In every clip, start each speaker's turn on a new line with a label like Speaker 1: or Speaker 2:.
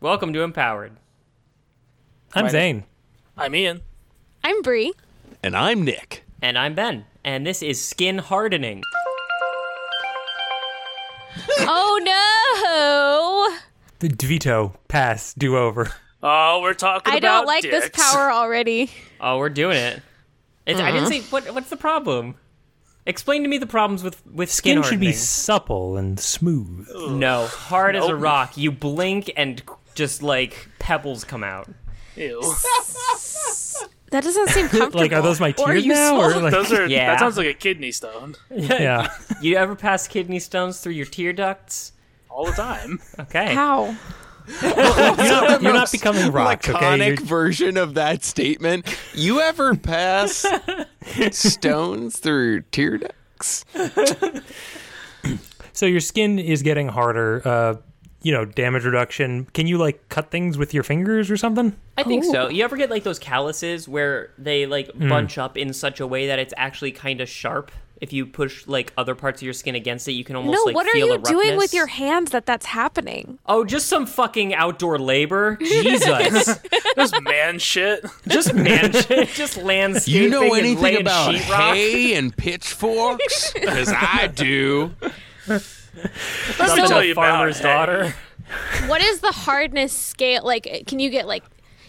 Speaker 1: Welcome to Empowered.
Speaker 2: I'm
Speaker 3: Minus-
Speaker 2: Zane.
Speaker 3: I'm Ian.
Speaker 4: I'm Bree.
Speaker 5: And I'm Nick.
Speaker 1: And I'm Ben. And this is Skin Hardening.
Speaker 4: Oh no!
Speaker 2: The DeVito pass do over.
Speaker 3: Oh, we're talking
Speaker 4: I
Speaker 3: about
Speaker 4: don't like this
Speaker 3: dicks.
Speaker 4: power already.
Speaker 1: Oh, we're doing it. It's, I
Speaker 2: Uh-huh.
Speaker 1: didn't say what. What's the problem? Explain to me the problems with with skin,
Speaker 2: Skin should be
Speaker 1: hardening.
Speaker 2: supple and smooth.
Speaker 1: no hard as a rock. You blink and just like pebbles come out.
Speaker 3: Ew.
Speaker 4: That doesn't seem comfortable.
Speaker 2: Like, are those my
Speaker 4: or
Speaker 2: tears now? Or
Speaker 4: useful.
Speaker 2: like,
Speaker 3: Those are
Speaker 1: Yeah.
Speaker 3: that sounds like a kidney stone
Speaker 2: yeah.
Speaker 1: You ever pass kidney stones through your tear ducts?
Speaker 3: all the time.
Speaker 1: Okay.
Speaker 4: How?
Speaker 2: You're not becoming rocks, okay?
Speaker 5: Laconic
Speaker 2: You're-
Speaker 5: version of that statement. You ever pass stones through tear ducts?
Speaker 2: so your skin is getting harder. Uh, you know, damage reduction. Can you like cut things with your fingers or something?
Speaker 1: I think so. You ever get like those calluses where they like
Speaker 2: Hmm.
Speaker 1: bunch up in such a way that it's actually kind of sharp? If you push like other parts of your skin against it, you can almost
Speaker 4: No,
Speaker 1: like
Speaker 4: what are
Speaker 1: feel
Speaker 4: you
Speaker 1: a
Speaker 4: doing
Speaker 1: roughness.
Speaker 4: with your hands that that's happening?
Speaker 1: Oh, just some fucking outdoor labor. Jesus.
Speaker 3: Those man shit.
Speaker 1: just man shit. Just landscaping.
Speaker 5: You know
Speaker 1: and
Speaker 5: anything
Speaker 1: laying
Speaker 5: about
Speaker 1: sheetrock.
Speaker 5: hay and pitchforks? Because I do.
Speaker 3: Let me
Speaker 1: Some
Speaker 3: tell you
Speaker 1: farmer's
Speaker 3: about
Speaker 1: daughter.
Speaker 3: hay.
Speaker 4: What is the hardness scale? Like, eh, can you get like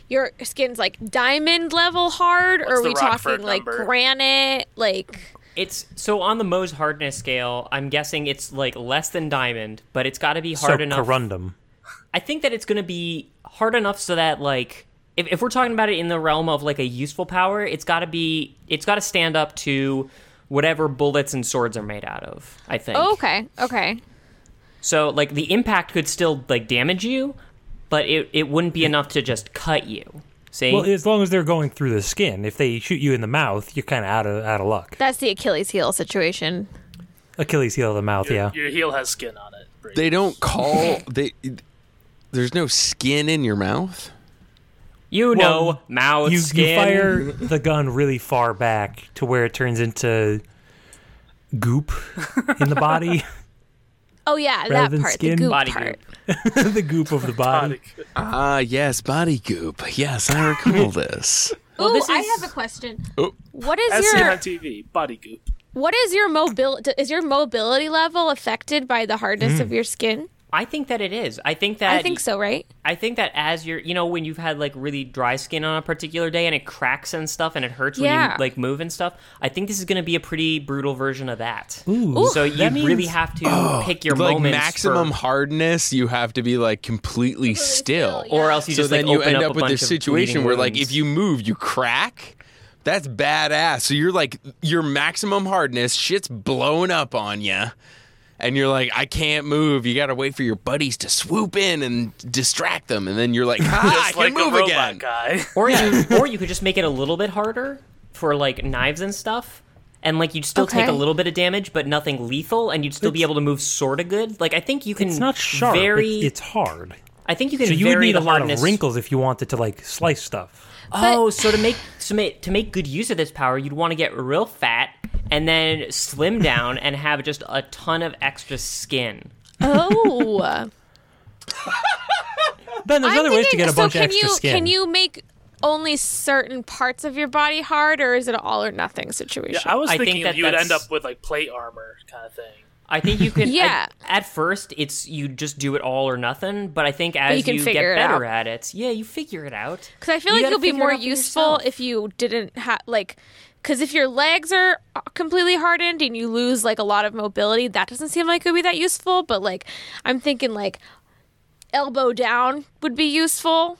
Speaker 4: your skin's like diamond level hard? or are
Speaker 3: the
Speaker 4: we
Speaker 3: Rockford
Speaker 4: talking like
Speaker 3: number?
Speaker 4: granite? Like,
Speaker 1: It's so on the Mohs hardness scale. I'm guessing it's like less than diamond, but it's got to be hard
Speaker 2: so
Speaker 1: enough.
Speaker 2: corundum.
Speaker 1: I think that it's going to be hard enough so that like if, if we're talking about it in the realm of like a useful power, it's got to be it's got to stand up to whatever bullets and swords are made out of. I think.
Speaker 4: oh,
Speaker 5: Oh,
Speaker 4: okay, okay.
Speaker 1: So like the impact could still like damage you, but it it wouldn't be enough to just cut you. See?
Speaker 2: Well, as long as they're going through the skin. If they shoot you in the mouth, you're kind of out of out of luck.
Speaker 4: That's the Achilles heel situation.
Speaker 2: Achilles heel of the mouth. Yeah.
Speaker 3: Your heel has skin on it. Bree.
Speaker 5: They don't call they. There's no skin in your mouth.
Speaker 1: you know,
Speaker 2: well,
Speaker 1: mouth
Speaker 2: you,
Speaker 1: skin.
Speaker 2: you fire the gun really far back to where it turns into goop in the body,
Speaker 4: Oh yeah,
Speaker 2: Rather than
Speaker 4: that part,
Speaker 2: skin,
Speaker 4: the goop
Speaker 1: body
Speaker 4: part.
Speaker 1: group.
Speaker 2: the goop of the body.
Speaker 5: Ah, yes, body goop. Yes, I recall this.
Speaker 4: Ooh,
Speaker 1: this
Speaker 4: I
Speaker 1: is-
Speaker 4: have a question.
Speaker 5: Oh.
Speaker 4: What is
Speaker 3: As seen
Speaker 4: your
Speaker 3: on TV, body goop.
Speaker 4: what is your mobility? Is your mobility level affected by the hardness of your skin?
Speaker 1: I think that it is. I think that
Speaker 4: I think so, right?
Speaker 1: I think that as you're, you know, when you've had like really dry skin on a particular day and it cracks and stuff and it hurts when
Speaker 4: Yeah.
Speaker 1: you like move and stuff, I think this is going to be a pretty brutal version of that.
Speaker 2: Ooh.
Speaker 1: so you
Speaker 2: that
Speaker 1: really
Speaker 2: means-
Speaker 1: have to pick your
Speaker 5: like
Speaker 1: moments
Speaker 5: maximum
Speaker 1: for-
Speaker 5: hardness, you have to be like completely still.
Speaker 4: still, yeah.
Speaker 1: or else you
Speaker 5: so
Speaker 1: just
Speaker 5: then
Speaker 1: like
Speaker 5: you
Speaker 1: open
Speaker 5: end
Speaker 1: up,
Speaker 5: up,
Speaker 1: a
Speaker 5: with
Speaker 1: bunch
Speaker 5: this
Speaker 1: of
Speaker 5: situation
Speaker 1: bleeding
Speaker 5: where like
Speaker 1: wounds.
Speaker 5: if you move you crack that's badass so you're like your maximum hardness shit's blowing up on you and you're like i can't move you gotta wait for your buddies to swoop in and distract them and then you're like ah, i
Speaker 3: Just like
Speaker 5: can move
Speaker 3: a robot
Speaker 5: again
Speaker 3: guy.
Speaker 1: or you or you could just make it a little bit harder for like knives and stuff. And like you'd still take
Speaker 4: Okay.
Speaker 1: a little bit of damage, but nothing lethal, and you'd still be able to move sorta good. Like I think you can
Speaker 2: It's not sharp. it's-
Speaker 1: Very,
Speaker 2: It's, hard.
Speaker 1: I think you can
Speaker 2: So you
Speaker 1: vary
Speaker 2: would need
Speaker 1: the
Speaker 2: a lot
Speaker 1: hardness
Speaker 2: of wrinkles if you wanted to like slice stuff.
Speaker 1: Oh, so to make to make, to make good use of this power, you'd want to get real fat and then slim down and have just a ton of extra skin.
Speaker 4: Oh,
Speaker 2: Ben, there's
Speaker 4: I'm
Speaker 2: other ways to
Speaker 4: thinking-
Speaker 2: get a bunch
Speaker 4: so
Speaker 2: of
Speaker 4: can
Speaker 2: extra
Speaker 4: you
Speaker 2: skin.
Speaker 4: can you make only certain parts of your body hard, or is it an all or nothing
Speaker 3: Yeah,
Speaker 4: situation?
Speaker 3: I was
Speaker 1: I think
Speaker 3: thinking
Speaker 1: that
Speaker 3: you would end
Speaker 1: that's-
Speaker 3: up with like plate armor kind of thing.
Speaker 1: I think you can.
Speaker 4: Yeah.
Speaker 1: I- at first, it's you just do it all or nothing, but I think as
Speaker 4: you can
Speaker 1: get
Speaker 4: figure it
Speaker 1: better at
Speaker 4: out.
Speaker 1: it, yeah, you figure it out.
Speaker 4: Because I feel
Speaker 1: You
Speaker 4: like
Speaker 1: gotta
Speaker 4: you'll be
Speaker 1: figure it
Speaker 4: more
Speaker 1: out for
Speaker 4: useful
Speaker 1: yourself.
Speaker 4: if you didn't have like. Because if your legs are uh, completely hardened and you lose like a lot of mobility, that doesn't seem like it would be that useful. But like, I'm thinking like elbow down would be useful.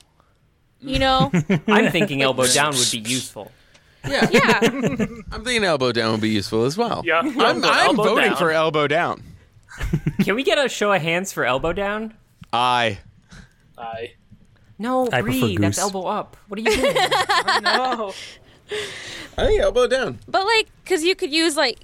Speaker 4: You know?
Speaker 1: I'm thinking elbow down would be useful.
Speaker 5: yeah
Speaker 4: yeah.
Speaker 5: i'm thinking elbow down would be useful as well
Speaker 3: Yeah,
Speaker 5: i'm, I'm
Speaker 3: elbow
Speaker 5: voting
Speaker 3: down.
Speaker 5: for elbow down
Speaker 1: Can we get a show of hands for elbow down?
Speaker 5: i
Speaker 3: I
Speaker 1: No,
Speaker 2: I prefer
Speaker 1: Bree, that's
Speaker 2: goose.
Speaker 1: elbow up. What are you doing?
Speaker 3: no.
Speaker 5: i think elbow down
Speaker 4: But like, because you could use like,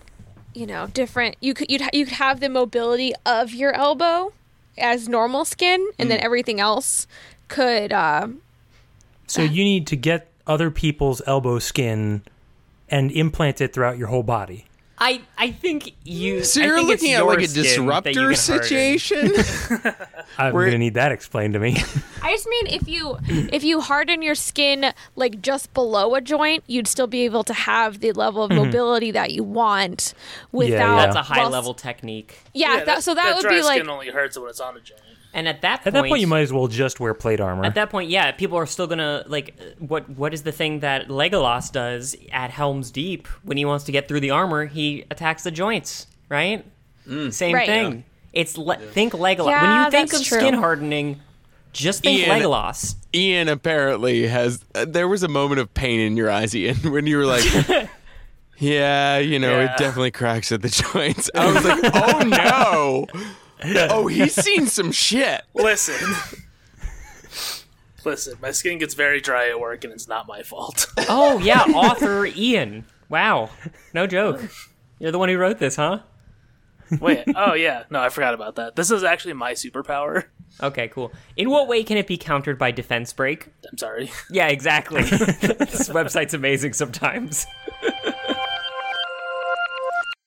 Speaker 4: you know, different. You could you'd ha- you could have the mobility of your elbow as normal skin, and then everything else could. Uh,
Speaker 2: so you need to get other people's elbow skin and implant it throughout your whole body.
Speaker 1: I I think you.
Speaker 5: So
Speaker 1: I
Speaker 5: you're
Speaker 1: think it's
Speaker 5: looking at
Speaker 1: your
Speaker 5: like a
Speaker 1: skin that you can
Speaker 5: disruptor
Speaker 1: harden.
Speaker 5: situation.
Speaker 2: I'm
Speaker 5: We're-
Speaker 2: gonna need that explained to me.
Speaker 4: I just mean if you if you harden your skin like just below a joint, you'd still be able to have the level of mobility that you want without.
Speaker 2: yeah.
Speaker 1: That's a high
Speaker 4: whilst-
Speaker 1: level technique.
Speaker 4: Yeah, that, so that, would
Speaker 3: dry
Speaker 4: be like
Speaker 3: skin only hurts when it's on a joint.
Speaker 1: And at that
Speaker 2: At
Speaker 1: point,
Speaker 2: that point, you might as well just wear plate armor.
Speaker 1: At that point, yeah, people are still gonna like uh, what what is the thing that Legolas does at Helm's Deep when he wants to get through the armor? He attacks the joints, right?
Speaker 5: Mm.
Speaker 1: Same
Speaker 4: Right.
Speaker 1: thing. It's le- think Legolas. when
Speaker 4: Yeah,
Speaker 1: you think
Speaker 4: that's
Speaker 1: of
Speaker 4: true.
Speaker 1: skin hardening, just think
Speaker 5: Ian-
Speaker 1: Legolas.
Speaker 5: Ian apparently has. Uh, there was a moment of pain in your eyes, Ian, when you were like, "Yeah, you know,
Speaker 3: Yeah.
Speaker 5: it definitely cracks at the joints." I was like, "Oh no! Oh, he's seen some shit."
Speaker 3: Listen. Listen, my skin gets very dry at work and it's not my fault.
Speaker 1: Oh yeah, author Ian. Wow, no joke. You're the one who wrote this, huh?
Speaker 3: Wait, oh yeah. No, I forgot about that. This is actually my superpower.
Speaker 1: Okay, cool. In what way can it be countered by defense break?
Speaker 3: I'm sorry.
Speaker 1: Yeah, exactly. this website's amazing sometimes.